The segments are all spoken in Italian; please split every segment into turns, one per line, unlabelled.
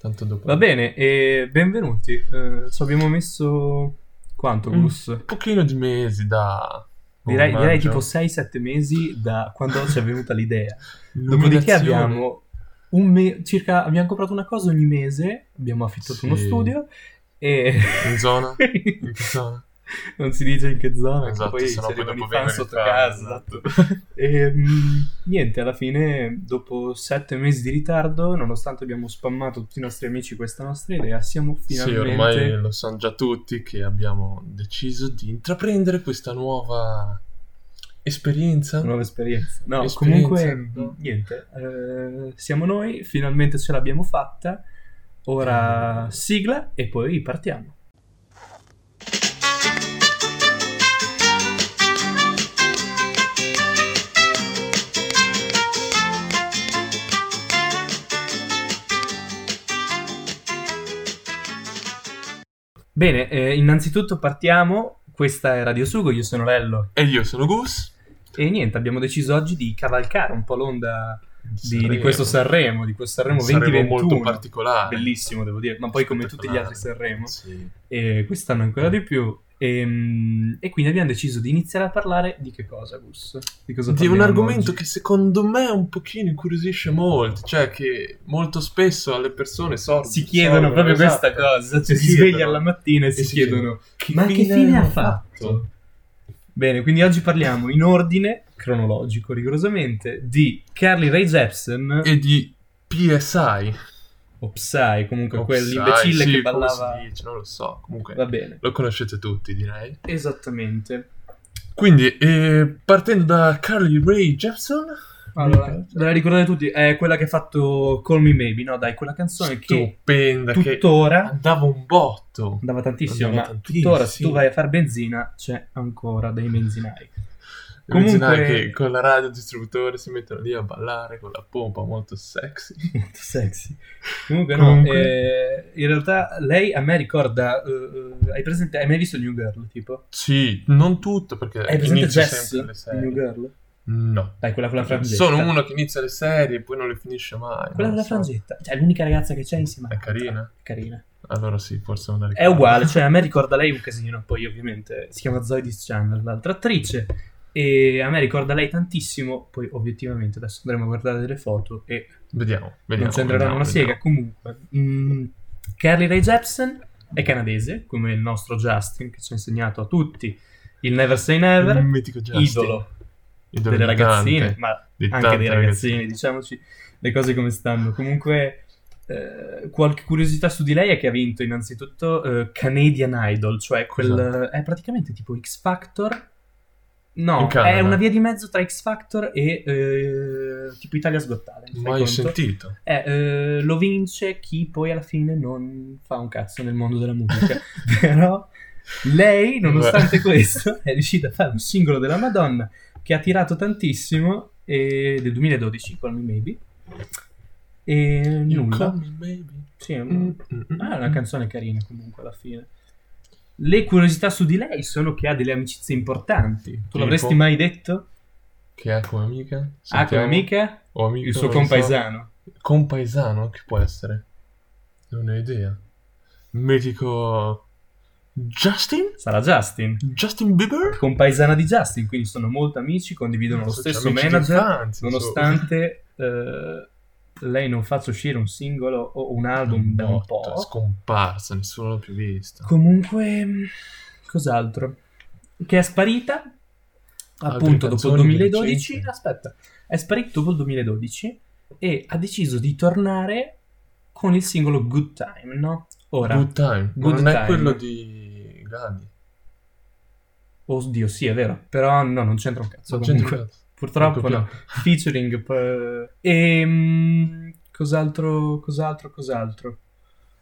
Tanto dopo.
Va bene, e benvenuti. Eh, ci abbiamo messo quanto,
Mm.
Gus?
Un pochino di mesi da...
Direi,
Oh,
direi
maggio.
tipo 6-7 mesi da quando ci è venuta l'idea. Dopodiché
Illuminazione.
abbiamo un me- circa abbiamo comprato una cosa ogni mese, abbiamo affittato
Sì.
uno studio e
In zona? In che zona?
non si dice in che zona,
Esatto,
poi si
sennò poi
arrivano i
dopo
fan
vengono i
sotto
fan,
casa. E, mh, niente, alla fine, dopo sette mesi di ritardo, nonostante abbiamo spammato tutti i nostri amici questa nostra idea, siamo finalmente...
Sì, ormai lo sanno già tutti che abbiamo deciso di intraprendere questa nuova esperienza.
nuova esperienza. No,
Esperienza, Ecco.
comunque,
no?
mh, niente. eh, siamo noi, finalmente ce l'abbiamo fatta. Ora sigla e poi partiamo. Bene, eh, innanzitutto partiamo. Questa è Radio Sugo, io sono Lello
E io sono Gus.
E niente, abbiamo deciso oggi di cavalcare un po' l'onda di,
Sanremo.
di questo Sanremo, di questo Sanremo
Un Sanremo
2021.
molto particolare.
Bellissimo, devo dire, ma poi come tutti gli altri Sanremo.
Sì.
E quest'anno ancora di più. E, mm, e quindi abbiamo deciso di iniziare a parlare di che cosa, Gus? Di cosa
Di un
parliamo
argomento
oggi?
che secondo me un pochino incuriosisce molto, cioè che molto spesso alle persone sorgono.
Si chiedono proprio
esatto.
questa cosa, cioè si, sveglia la mattina e, si, chiedono ma che fine ha fatto? Bene, quindi oggi parliamo in ordine cronologico, rigorosamente, di Carly Rae Jepsen
E di PSI.
o Psy, comunque
O
quell'imbecille
Psy, sì, come
che ballava.
si dice, non lo so, comunque
Va bene.
lo conoscete tutti direi.
Esattamente.
Quindi, eh, partendo da Carly Ray Jepsen,
Allora, ve la ricordate tutti, è quella che ha fatto Call Me Maybe, no? Dai, quella canzone che
stupenda, che
tuttora
andava un botto.
andava tantissimo,
Andava
ma
tantissimo.
tuttora se tu vai a far benzina c'è ancora dei benzinai. Comunque-
Immaginare che con la radio distributore si mettono lì a ballare con la pompa molto sexy.
Molto sexy. Comunque,
Comunque.
no, eh, in realtà lei a me ricorda, eh, eh, hai presente, hai mai visto New Girl, tipo?
Sì, non tutto perché
Hai presente
Eh, inizio
Jess
sempre le
di
serie.
New Girl?
No.
Dai, quella con la frangetta.
Sono uno che inizia le serie e poi non le finisce mai.
Quella
non
con la
lo so.
frangetta, cioè è l'unica ragazza che c'è insieme. a
È
Marta.
carina?
Carina.
Allora sì, forse non la
È
ricordo.
uguale, cioè a me ricorda lei un casino, poi ovviamente si chiama Zoe Channel, l'altra attrice, e a me ricorda lei tantissimo, poi obiettivamente adesso andremo a guardare delle foto e
Vediamo, vediamo.
non
vediamo,
sembreranno
vediamo.
una siega, comunque. mm, Carly Rae Jepsen è canadese, come il nostro Justin che ci ha insegnato a tutti il Never Say Never,
Il mitico Mm, Justin.
idolo
Idolo
delle
di
ragazzine,
tante,
ma
di
anche
tante
dei
ragazzine.
ragazzini, diciamoci le cose come stanno. Comunque, eh, qualche curiosità su di lei è che ha vinto innanzitutto eh, Canadian Idol, cioè quel,
Esatto.
è praticamente tipo X Factor.
In
No,
Canada.
è una via di mezzo tra X Factor e eh, tipo Italia's Got Talent. fai
Mai
conto?
sentito.
Eh, eh, lo vince chi poi alla fine non fa un cazzo nel mondo della musica. Però lei, nonostante questo, è riuscita a fare un singolo della Madonna che ha tirato tantissimo e- del 2012, Call Me Maybe. E
You
nulla.
call me baby.
Sì, è un-
Mm, mm, mm,
Ah, è
mm.
una canzone carina comunque alla fine. Le curiosità su di lei sono che ha delle amicizie importanti. Tu
Tipo?
l'avresti mai detto?
Che ha come amica?
Ah, come
Sentiamo.
amica?
O amico,
Il suo
non lo so.
compaesano.
Compaesano? Che può essere? Non ho idea. Mitico... Justin?
Sarà Justin.
Justin Bieber?
compaesana di Justin, quindi sono molto amici, condividono lo
Sono
stesso
cioè, amici
manager,
d'infanzia,
nonostante eh, lei non faccia uscire un singolo o un
insomma.
album da un po'.
Botta, scomparsa, nessuno l'ha più vista.
Comunque, mh, cos'altro? Che è sparita
Altre
appunto dopo il
canzoni
2012.
recenti?
Aspetta, è sparita dopo il 2012 e ha deciso di tornare con il singolo Good Time, no? Ora,
Good Time. Ma
Good
non
Time.
è quello di Gandhi.
oddio, sì, è vero, però no, non c'entra un cazzo.
Non
comunque.
c'entra-
Purtroppo
Ecco
no. Featuring. p- E. mm, cos'altro, cos'altro, cos'altro?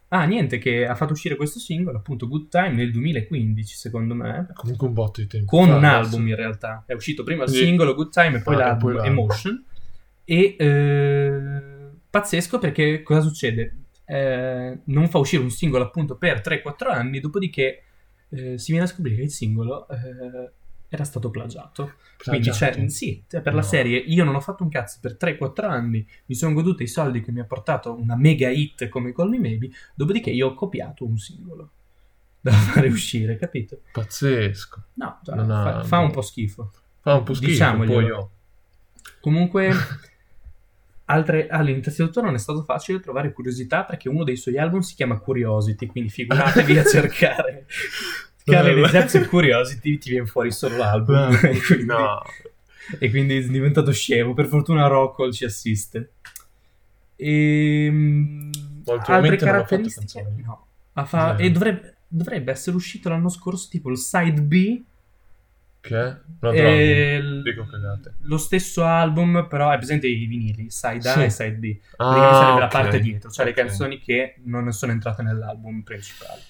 Ah, niente, che ha fatto uscire questo singolo, appunto Good Time, nel 2015, secondo me.
Comunque un botto di tempo.
Con
fa,
un
adesso.
album, in realtà. È uscito prima il
Sì.
singolo Good Time e poi
Ah, e
l'album
poi l'album.
Emotion. E. eh, pazzesco perché cosa succede? Eh, non fa uscire un singolo appunto per 3-4 anni, dopodiché eh, si viene a scoprire che il singolo eh, era stato plagiato. Quindi
Plagiato.
c'è, sì, cioè, per la
Esatto. No.
serie io non ho fatto un cazzo per 3-4 anni, mi sono goduto i soldi che mi ha portato una mega hit come Call Me Maybe, dopodiché io ho copiato un singolo da fare uscire, capito?
Pazzesco.
No, cioè,
Non ha-
fa, fa un po' schifo.
Fa un po' schifo.
Diciamoglielo.
Poi oh,
Comunque, altre, ah, innanzitutto non è stato facile trovare curiosità perché uno dei suoi album si chiama Curiosity, quindi figuratevi a cercare Carly
Vabbè.
Deserts e Curiosity, ti viene fuori solo l'album. E quindi-
no.
e quindi è diventato scemo. Per fortuna Rockwell ci assiste. Ehm,
Ultimamente
altre
non ha fatto
caratteristiche?
canzoni.
no. Ha fa-
Eh.
E dovrebbe, dovrebbe essere uscito l'anno scorso tipo il side B.
Che? è? No,
e
droga.
l-
Dico cagate.
Lo stesso album, però è presente i vinili, side A
Sì.
e side B.
Ah,
Praticamente sarebbe la
ok.
parte dietro, cioè
Ok.
le canzoni che non sono entrate nell'album principale.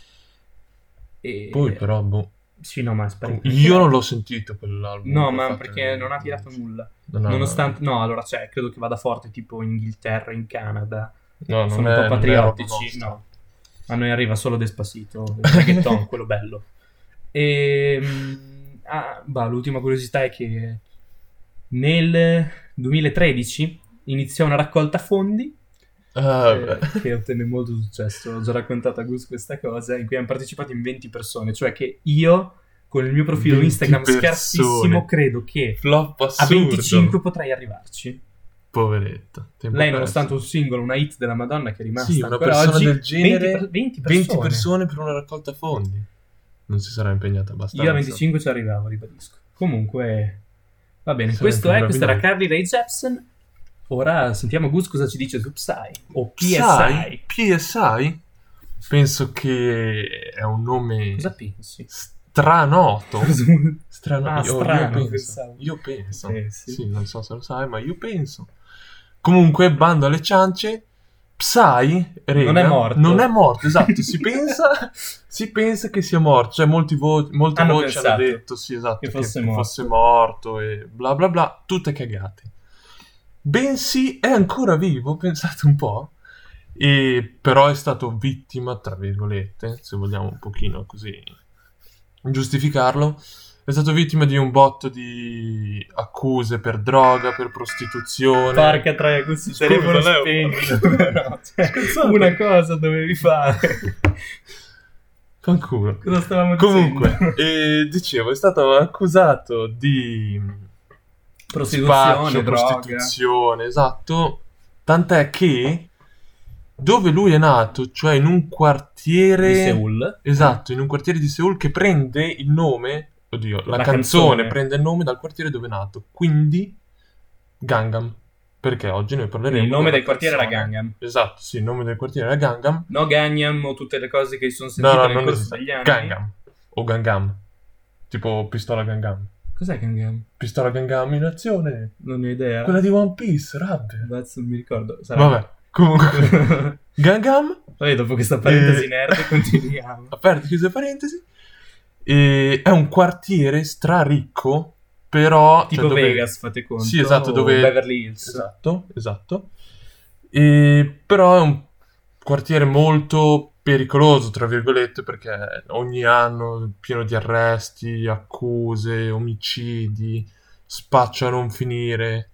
E-
Poi però, boh,
Sì, no, ma è sparito.
io non l'ho sentito quell'album.
No,
che
ma
fate-
perché non ha tirato nulla.
Non ha-
Nonostante, no, allora, cioè, credo che vada forte tipo in Inghilterra, in Canada.
no, non
Sono
è-
un
non è
po'
roba
patriottici,
nostra.
no. A noi arriva solo Despacito, Reggaeton, quello bello. E, ah, bah, l'ultima curiosità è che nel 2013 iniziò una raccolta fondi
Ah,
eh,
beh.
che ottenne molto successo. Ho già raccontato a Gus questa cosa, in cui hanno partecipato in 20 persone, cioè che io con il mio profilo
20
Instagram
persone.
scarsissimo credo che
Flop
a
assurdo.
25 potrei arrivarci.
Poveretta. Tempo
Lei,
perso.
nonostante un singolo, una hit della Madonna che è rimasta
Sì, una
ancora
persona
oggi,
del genere,
20, per- 20 persone.
20 persone per una raccolta fondi. Non si sarà impegnata abbastanza.
Io a 25 ci arrivavo, ribadisco. Comunque, va bene.
Sarebbe
Questo è, questa era
meraviglioso.
Carly Ray Jepsen. Ora sentiamo Gus cosa ci dice su Psy o
PSI?
PSI.
PSI? Penso che è un nome
Cosa pensi?
stranoto.
Cosa-
Strano,
Ah,
io, io
strano,
penso.
pensavo.
Io penso.
Eh, sì.
Sì, non so se lo sai, ma io penso. Comunque, bando alle ciance, Psy rega,
Non è morto.
Non è morto, esatto. si, pensa, si pensa che sia morto. Cioè, molti vo- molte
Hanno
voci hanno
pensato
detto sì, esatto, che,
che
che
fosse
fosse,
morto.
morto e bla bla bla. Tutte cagate. Bensì è ancora vivo, pensate un po'. E però è stato vittima, tra virgolette, se vogliamo un pochino così giustificarlo, è stato vittima di un botto di accuse per droga, per prostituzione.
Porca troia, Gus, il
Scusa,
telefono
Leo.
spento. però, cioè,
Scusa.
una cosa dovevi fare.
Fanculo.
Cosa stavamo
Comunque,
dicendo?
eh, dicevo, è stato accusato di
Prostituzione,
spaccio,
droga.
prostituzione, esatto. Tant'è che dove lui è nato, cioè in un quartiere
Di Seoul.
Esatto, in un quartiere di Seoul che prende il nome, oddio, la,
La
canzone,
canzone.
prende il nome dal quartiere dove è nato, quindi Gangnam, perché oggi noi parleremo
Il nome
della
del quartiere era
canzone.
Gangnam.
Esatto, sì, il nome del quartiere era Gangnam.
No Gangnam o tutte le cose che si sono
No,
sentite
no,
nel
non
corso
esiste.
degli anni.
Gangnam o Gangnam. Tipo pistola Gangnam.
Cos'è Gangnam?
Pistola Gangnam in azione.
Non ne ho idea.
Quella di One Piece, rabbia.
Cazzo, non mi ricordo. Sarà-
Vabbè, comunque Gangnam
Vabbè, dopo questa parentesi
Eh. Cioè,
nerd continuiamo.
aperte chiuse parentesi e è un quartiere straricco però
Tipo
cioè, dove-
Vegas, fate conto.
sì esatto
o
dove
Beverly Hills.
esatto esatto e, però è un quartiere molto pericoloso tra virgolette perché ogni anno è pieno di arresti accuse omicidi spaccio a non finire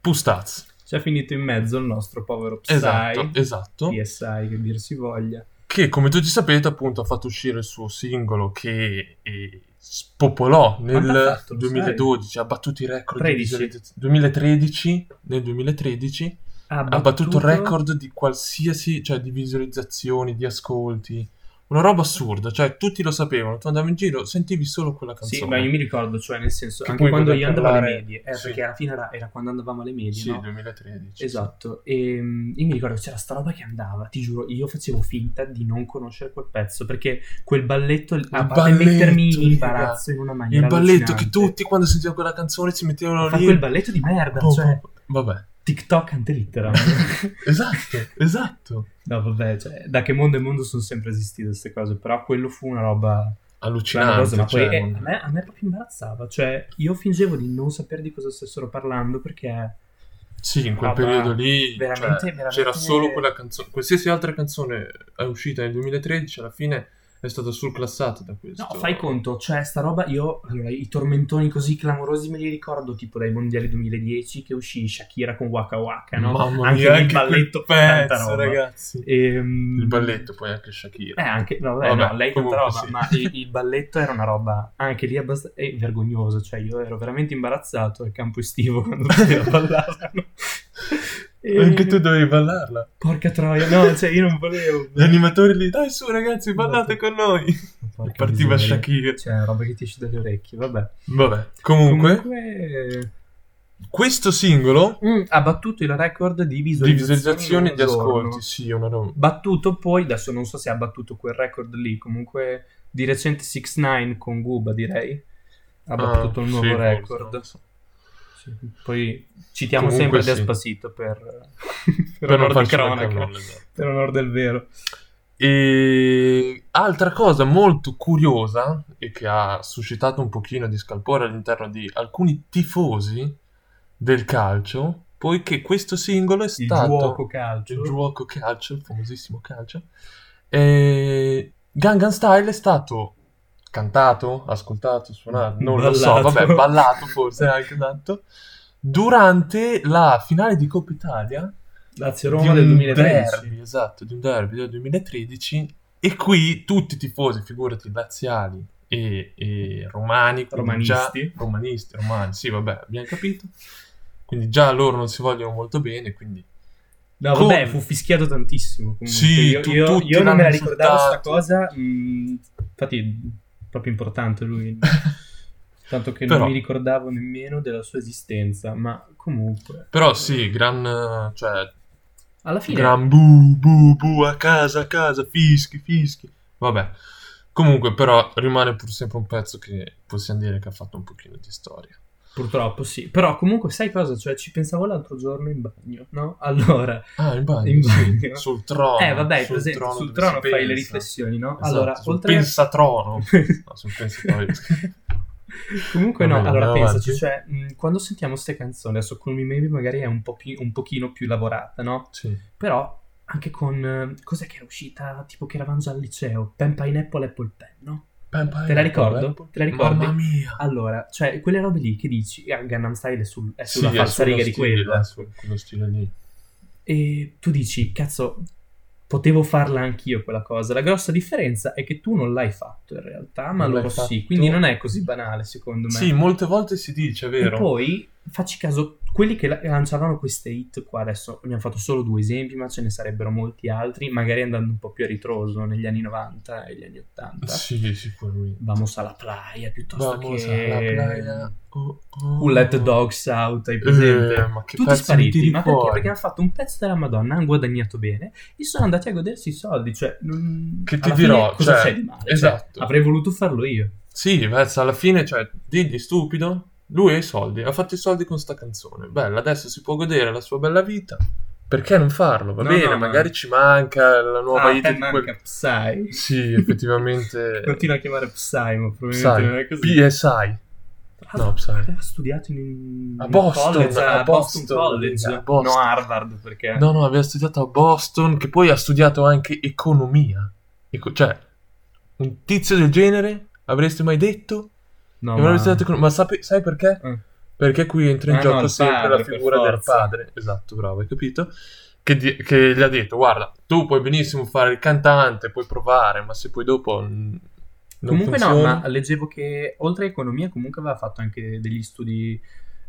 pustazzi
C'è finito in mezzo il nostro povero Psy.
esatto esatto
PSI, che dir si voglia.
che come tutti sapete appunto ha fatto uscire il suo singolo che eh, spopolò
Quanto ha
nel
fatto, lo
2012, ha battuto i record di
13.
visualizzazioni- 2013, nel 2013 ha battuto il record di qualsiasi, cioè di visualizzazioni, di ascolti, una roba assurda, cioè tutti lo sapevano, tu andavi in giro, sentivi solo quella canzone.
Sì, ma io mi ricordo, cioè nel senso,
Che
anche
poi
quando
potrei
io andavo alle
parlare-
medie, eh,
Sì.
perché alla fine era, era quando andavamo alle medie,
Sì,
no?
2013.
Esatto, e mm, io mi ricordo che c'era sta roba che andava, ti giuro, io facevo finta di non conoscere quel pezzo perché quel balletto a parte
balletto,
mettermi in
raga.
imbarazzo in una
Il
maniera
balletto che
allucinante.
tutti quando sentivano quella canzone si mettevano
fa
lì.
quel balletto di merda,
Boh,
cioè
boh, Vabbè,
TikTok ante litteram.
esatto, esatto.
no, vabbè, cioè, da che mondo è mondo sono sempre esistite queste cose, però quello fu una roba clamorosa,
Allucinante.
ma poi
cioè,
eh,
non-
a, me, a me proprio imbarazzava, cioè io fingevo di non sapere di cosa stessero parlando perché
Sì, in quel
Roba
periodo lì cioè,
Ah, veramente- veramente-
c'era solo quella canzone. Qualsiasi altra canzone è uscita nel 2013, alla fine è stato surclassato da questo.
No, fai conto, cioè sta roba io, allora, i tormentoni così clamorosi me li ricordo tipo dai mondiali 2010 che uscì Shakira con Waka Waka, no?
Mamma mia,
lì
anche quel
tanta
pezzo,
roba.
ragazzi.
Ehm,
Il balletto poi anche Shakira.
Eh, anche, no, vabbè,
Vabbè,
no, lei tanta
comunque
roba,
sì.
ma il, il balletto era una roba anche lì abbastanza eh, vergognosa, cioè io ero veramente imbarazzato al campo estivo quando tutti la ballavano. E-
Anche tu dovevi ballarla.
Porca troia, no, cioè io non volevo.
Gli animatori lì, dai su ragazzi, ballate con noi.
Porca
Partiva
miseria.
Shakira.
Cioè, roba che ti esce dalle orecchie, vabbè.
Vabbè, comunque, questo singolo
mm, ha battuto il record di
di
visualizzazioni,
visualizzazioni
in
e
un
di
giorno.
ascolti, sì, una roba.
Battuto poi, adesso non so se ha battuto quel record lì, comunque di recente 6 9 con Guba direi, ha battuto
Ah,
un
sì,
nuovo
forse,
record.
non so.
Sì. Poi citiamo
Comunque
sempre
sì.
Despacito per,
Per
per,
non
onor di
farci mancare
cronaca,
nulla, esatto.
per onor del vero.
E altra cosa molto curiosa e che ha suscitato un pochino di scalpore all'interno di alcuni tifosi del calcio, poiché questo singolo è
Il
stato
gioco calcio.
il gioco calcio, il famosissimo calcio. E Gangnam Style è stato cantato, ascoltato, suonato, non lo so,
Ballato.
vabbè, ballato forse anche tanto durante la finale di Coppa Italia
Lazio
di
Roma
un
del 2013.
derby, esatto, di un derby del 2013 e qui tutti i tifosi, figurati laziali e, e romani, quindi già-
Romanisti.
romanisti, romani, sì vabbè, abbiamo capito. Quindi già loro non si vogliono molto bene, quindi
No,
Con-
vabbè, fu fischiato tantissimo. Comunque.
Sì,
io,
tu-
io-
tutti
io non me la
l'hanno
ricordavo sta
insultato.
cosa. mh, infatti, è proprio importante lui. Tanto che
Però-
non mi ricordavo nemmeno della sua esistenza. Ma comunque,
Però sì, gran, eh, cioè,
alla fine,
gran bu bu bu a casa a casa, fischi fischi. Vabbè. Comunque però rimane pur sempre un pezzo che possiamo dire che ha fatto un pochino di storia.
purtroppo sì. Però, comunque, sai cosa? Cioè, ci pensavo l'altro giorno in bagno, no? Allora,
Ah, in bagno,
In
sì.
bagno.
sul trono.
eh, vabbè,
sul
sul presente,
trono
trono sul
dove
trono
si
fai le
pensa.
riflessioni, no?
Esatto,
allora,
sul
oltre
pensatrono. No, sul pensatrono.
Comunque
Va
no,
bene,
allora
andiamo
pensaci,
avanti.
cioè, mh, quando sentiamo queste canzoni, adesso con i Maybe magari è un, po pi- un pochino più lavorata, no?
Sì.
Però anche con... eh, Cos'è che era uscita? Tipo che eravamo già al liceo. Pen Pineapple Apple Pen, no?
Pen, pen,
Te la ricordo?
pen,
Te la ricordi?
Mamma mia.
Allora, cioè, quelle robe lì che dici, ah, Gangnam Style è, sul- è sulla
Sì, è
falsa
sullo
riga di
stile,
quella.
eh, su quello stile lì.
E tu dici, cazzo, potevo farla anch'io quella cosa. La grossa differenza è che tu non l'hai fatto in realtà, ma
Non l'hai
loro sì.
fatto.
Quindi non è così banale, secondo me.
Sì, molte volte si dice, è vero.
E poi facci caso, quelli che la- lanciavano queste hit qua adesso, ne ho fatto solo due esempi, ma ce ne sarebbero molti altri, magari andando un po' più a ritroso negli anni 90 e gli anni 80.
Sì, sicuramente.
Vamos alla playa piuttosto
Vamos
che
alla playa. Oh, oh.
Who Let the Dogs Out, hai
Eh,
presente?
ma che
Tutti
pezzo mi
spariti,
tiri
ma perché?
fuori?
Perché hanno fatto un pezzo della Madonna, hanno guadagnato bene e sono andati a godersi i soldi, cioè... non-
Che ti
alla
dirò,
fine cosa
cioè,
c'è di male? Cioè,
esatto.
avrei voluto farlo io.
Sì, Vez, alla fine, cioè, digli stupido, lui ha i soldi, ha fatto i soldi con sta canzone. Bella, adesso si può godere la sua bella vita. Perché non farlo? Va
No,
bene,
no, no.
magari ci manca la nuova
ah,
hit
te
di
manca
quel-
Psy.
Sì, effettivamente.
Continua a chiamare Psy, ma probabilmente non è
Psy.
così.
PSI. No, Psy.
Aveva studiato in un
A
in un
Boston,
college,
a
a Boston,
Boston,
College,
a Boston.
no Harvard perché
No, no, aveva studiato a Boston, che poi ha studiato anche economia. Eco- cioè, un tizio del genere avresti mai detto?
no,
Non avrei studiato econo- ma sape- sai perché?
Eh.
Perché qui entra in
Ah, no,
gioco
il
sempre
padre,
la
per
figura del
forza.
padre. Esatto, bravo, hai capito? Che, di- che gli ha detto, guarda, tu puoi benissimo fare il cantante, puoi provare, ma se poi dopo... mm, non
comunque no,
funziona-
ma leggevo che oltre a economia comunque aveva fatto anche degli studi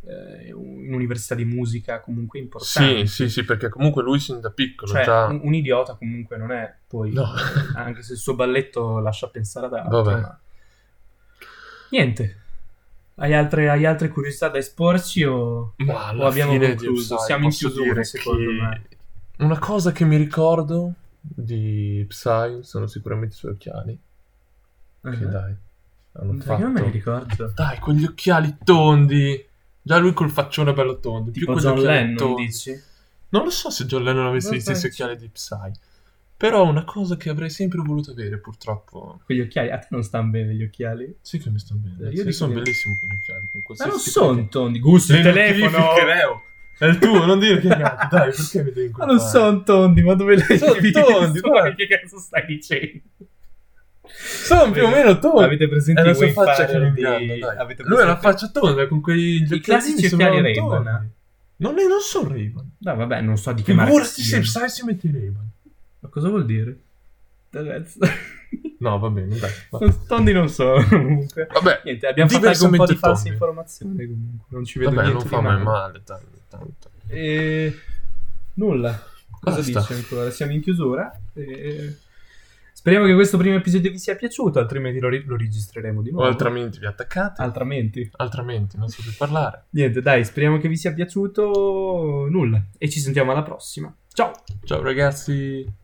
eh, in università di musica comunque
Sì,
importanti.
sì, sì, perché comunque lui sin da piccolo
Cioè,
già...
un, un idiota comunque non è poi,
No.
anche se il suo balletto lascia pensare ad altro.
Vabbè.
ma- Niente. Hai altre, hai altre curiosità da esporci o,
Ma alla
o abbiamo
fine,
concluso?
Dio sai,
Siamo in
posso
chiusura
dire
secondo
che
me.
Una cosa che mi ricordo di Psy sono sicuramente i suoi occhiali. Che
Eh.
dai, hanno
Dai,
fatto...
Io non me li ricordo.
Dai, quegli occhiali tondi. Già lui col faccione bello tondo. più
Tipo
quegli
John
occhiali
Lennon,
tondi.
dici?
Non lo so se John Lennon avesse
Non
gli stessi
penso.
occhiali di Psy. Però una cosa che avrei sempre voluto avere, purtroppo.
Quegli occhiali, a te non stanno bene gli occhiali?
Sì che mi stanno bene.
Io
Io
dico
sono
di-
bellissimo con gli occhiali. Con
Ma non
qualsiasi tipo
sono
di-
tondi, gusto il
Le
telefono!
notifiche, Leo. È il tuo, non dire che cazzo. Dai, perché mi devi
Ma non
incolpare?
sono tondi, ma dove li hai
Sono
visto?
tondi, guarda.
Che cazzo stai dicendo?
Sono più o meno tondi.
Avete presente
È
i
la sua
wayfarer
faccia che mi
di-
inganna, dai.
avete
Lui ha la
presente-
faccia tonda con quegli occhiali
classici occhiali Ray-Ban.
Non, è- non sono Ray-Ban.
No, vabbè, non so di che marca
Figurati se
siano.
sai si mette i Ray-Ban.
Ma cosa vuol dire? Ragazzi,
No, va bene, dai. va.
tondi non so, comunque.
Vabbè,
Niente, abbiamo fatto anche un po' di
Diversamente
false
tondi.
informazioni, comunque. Non ci vedo
vabbè
niente
non
di
fa mai male tanto. tanto.
E... Nulla. Cosa
Cosa
dice
sta?
ancora? Siamo in chiusura. E- Speriamo che questo primo episodio vi sia piaciuto, altrimenti lo, ri- lo registreremo di
O
nuovo.
altrimenti vi attaccate,
Altrimenti.
altrimenti non so più parlare.
Niente, dai, speriamo che vi sia piaciuto. Nulla. E ci sentiamo alla prossima. Ciao!
Ciao ragazzi.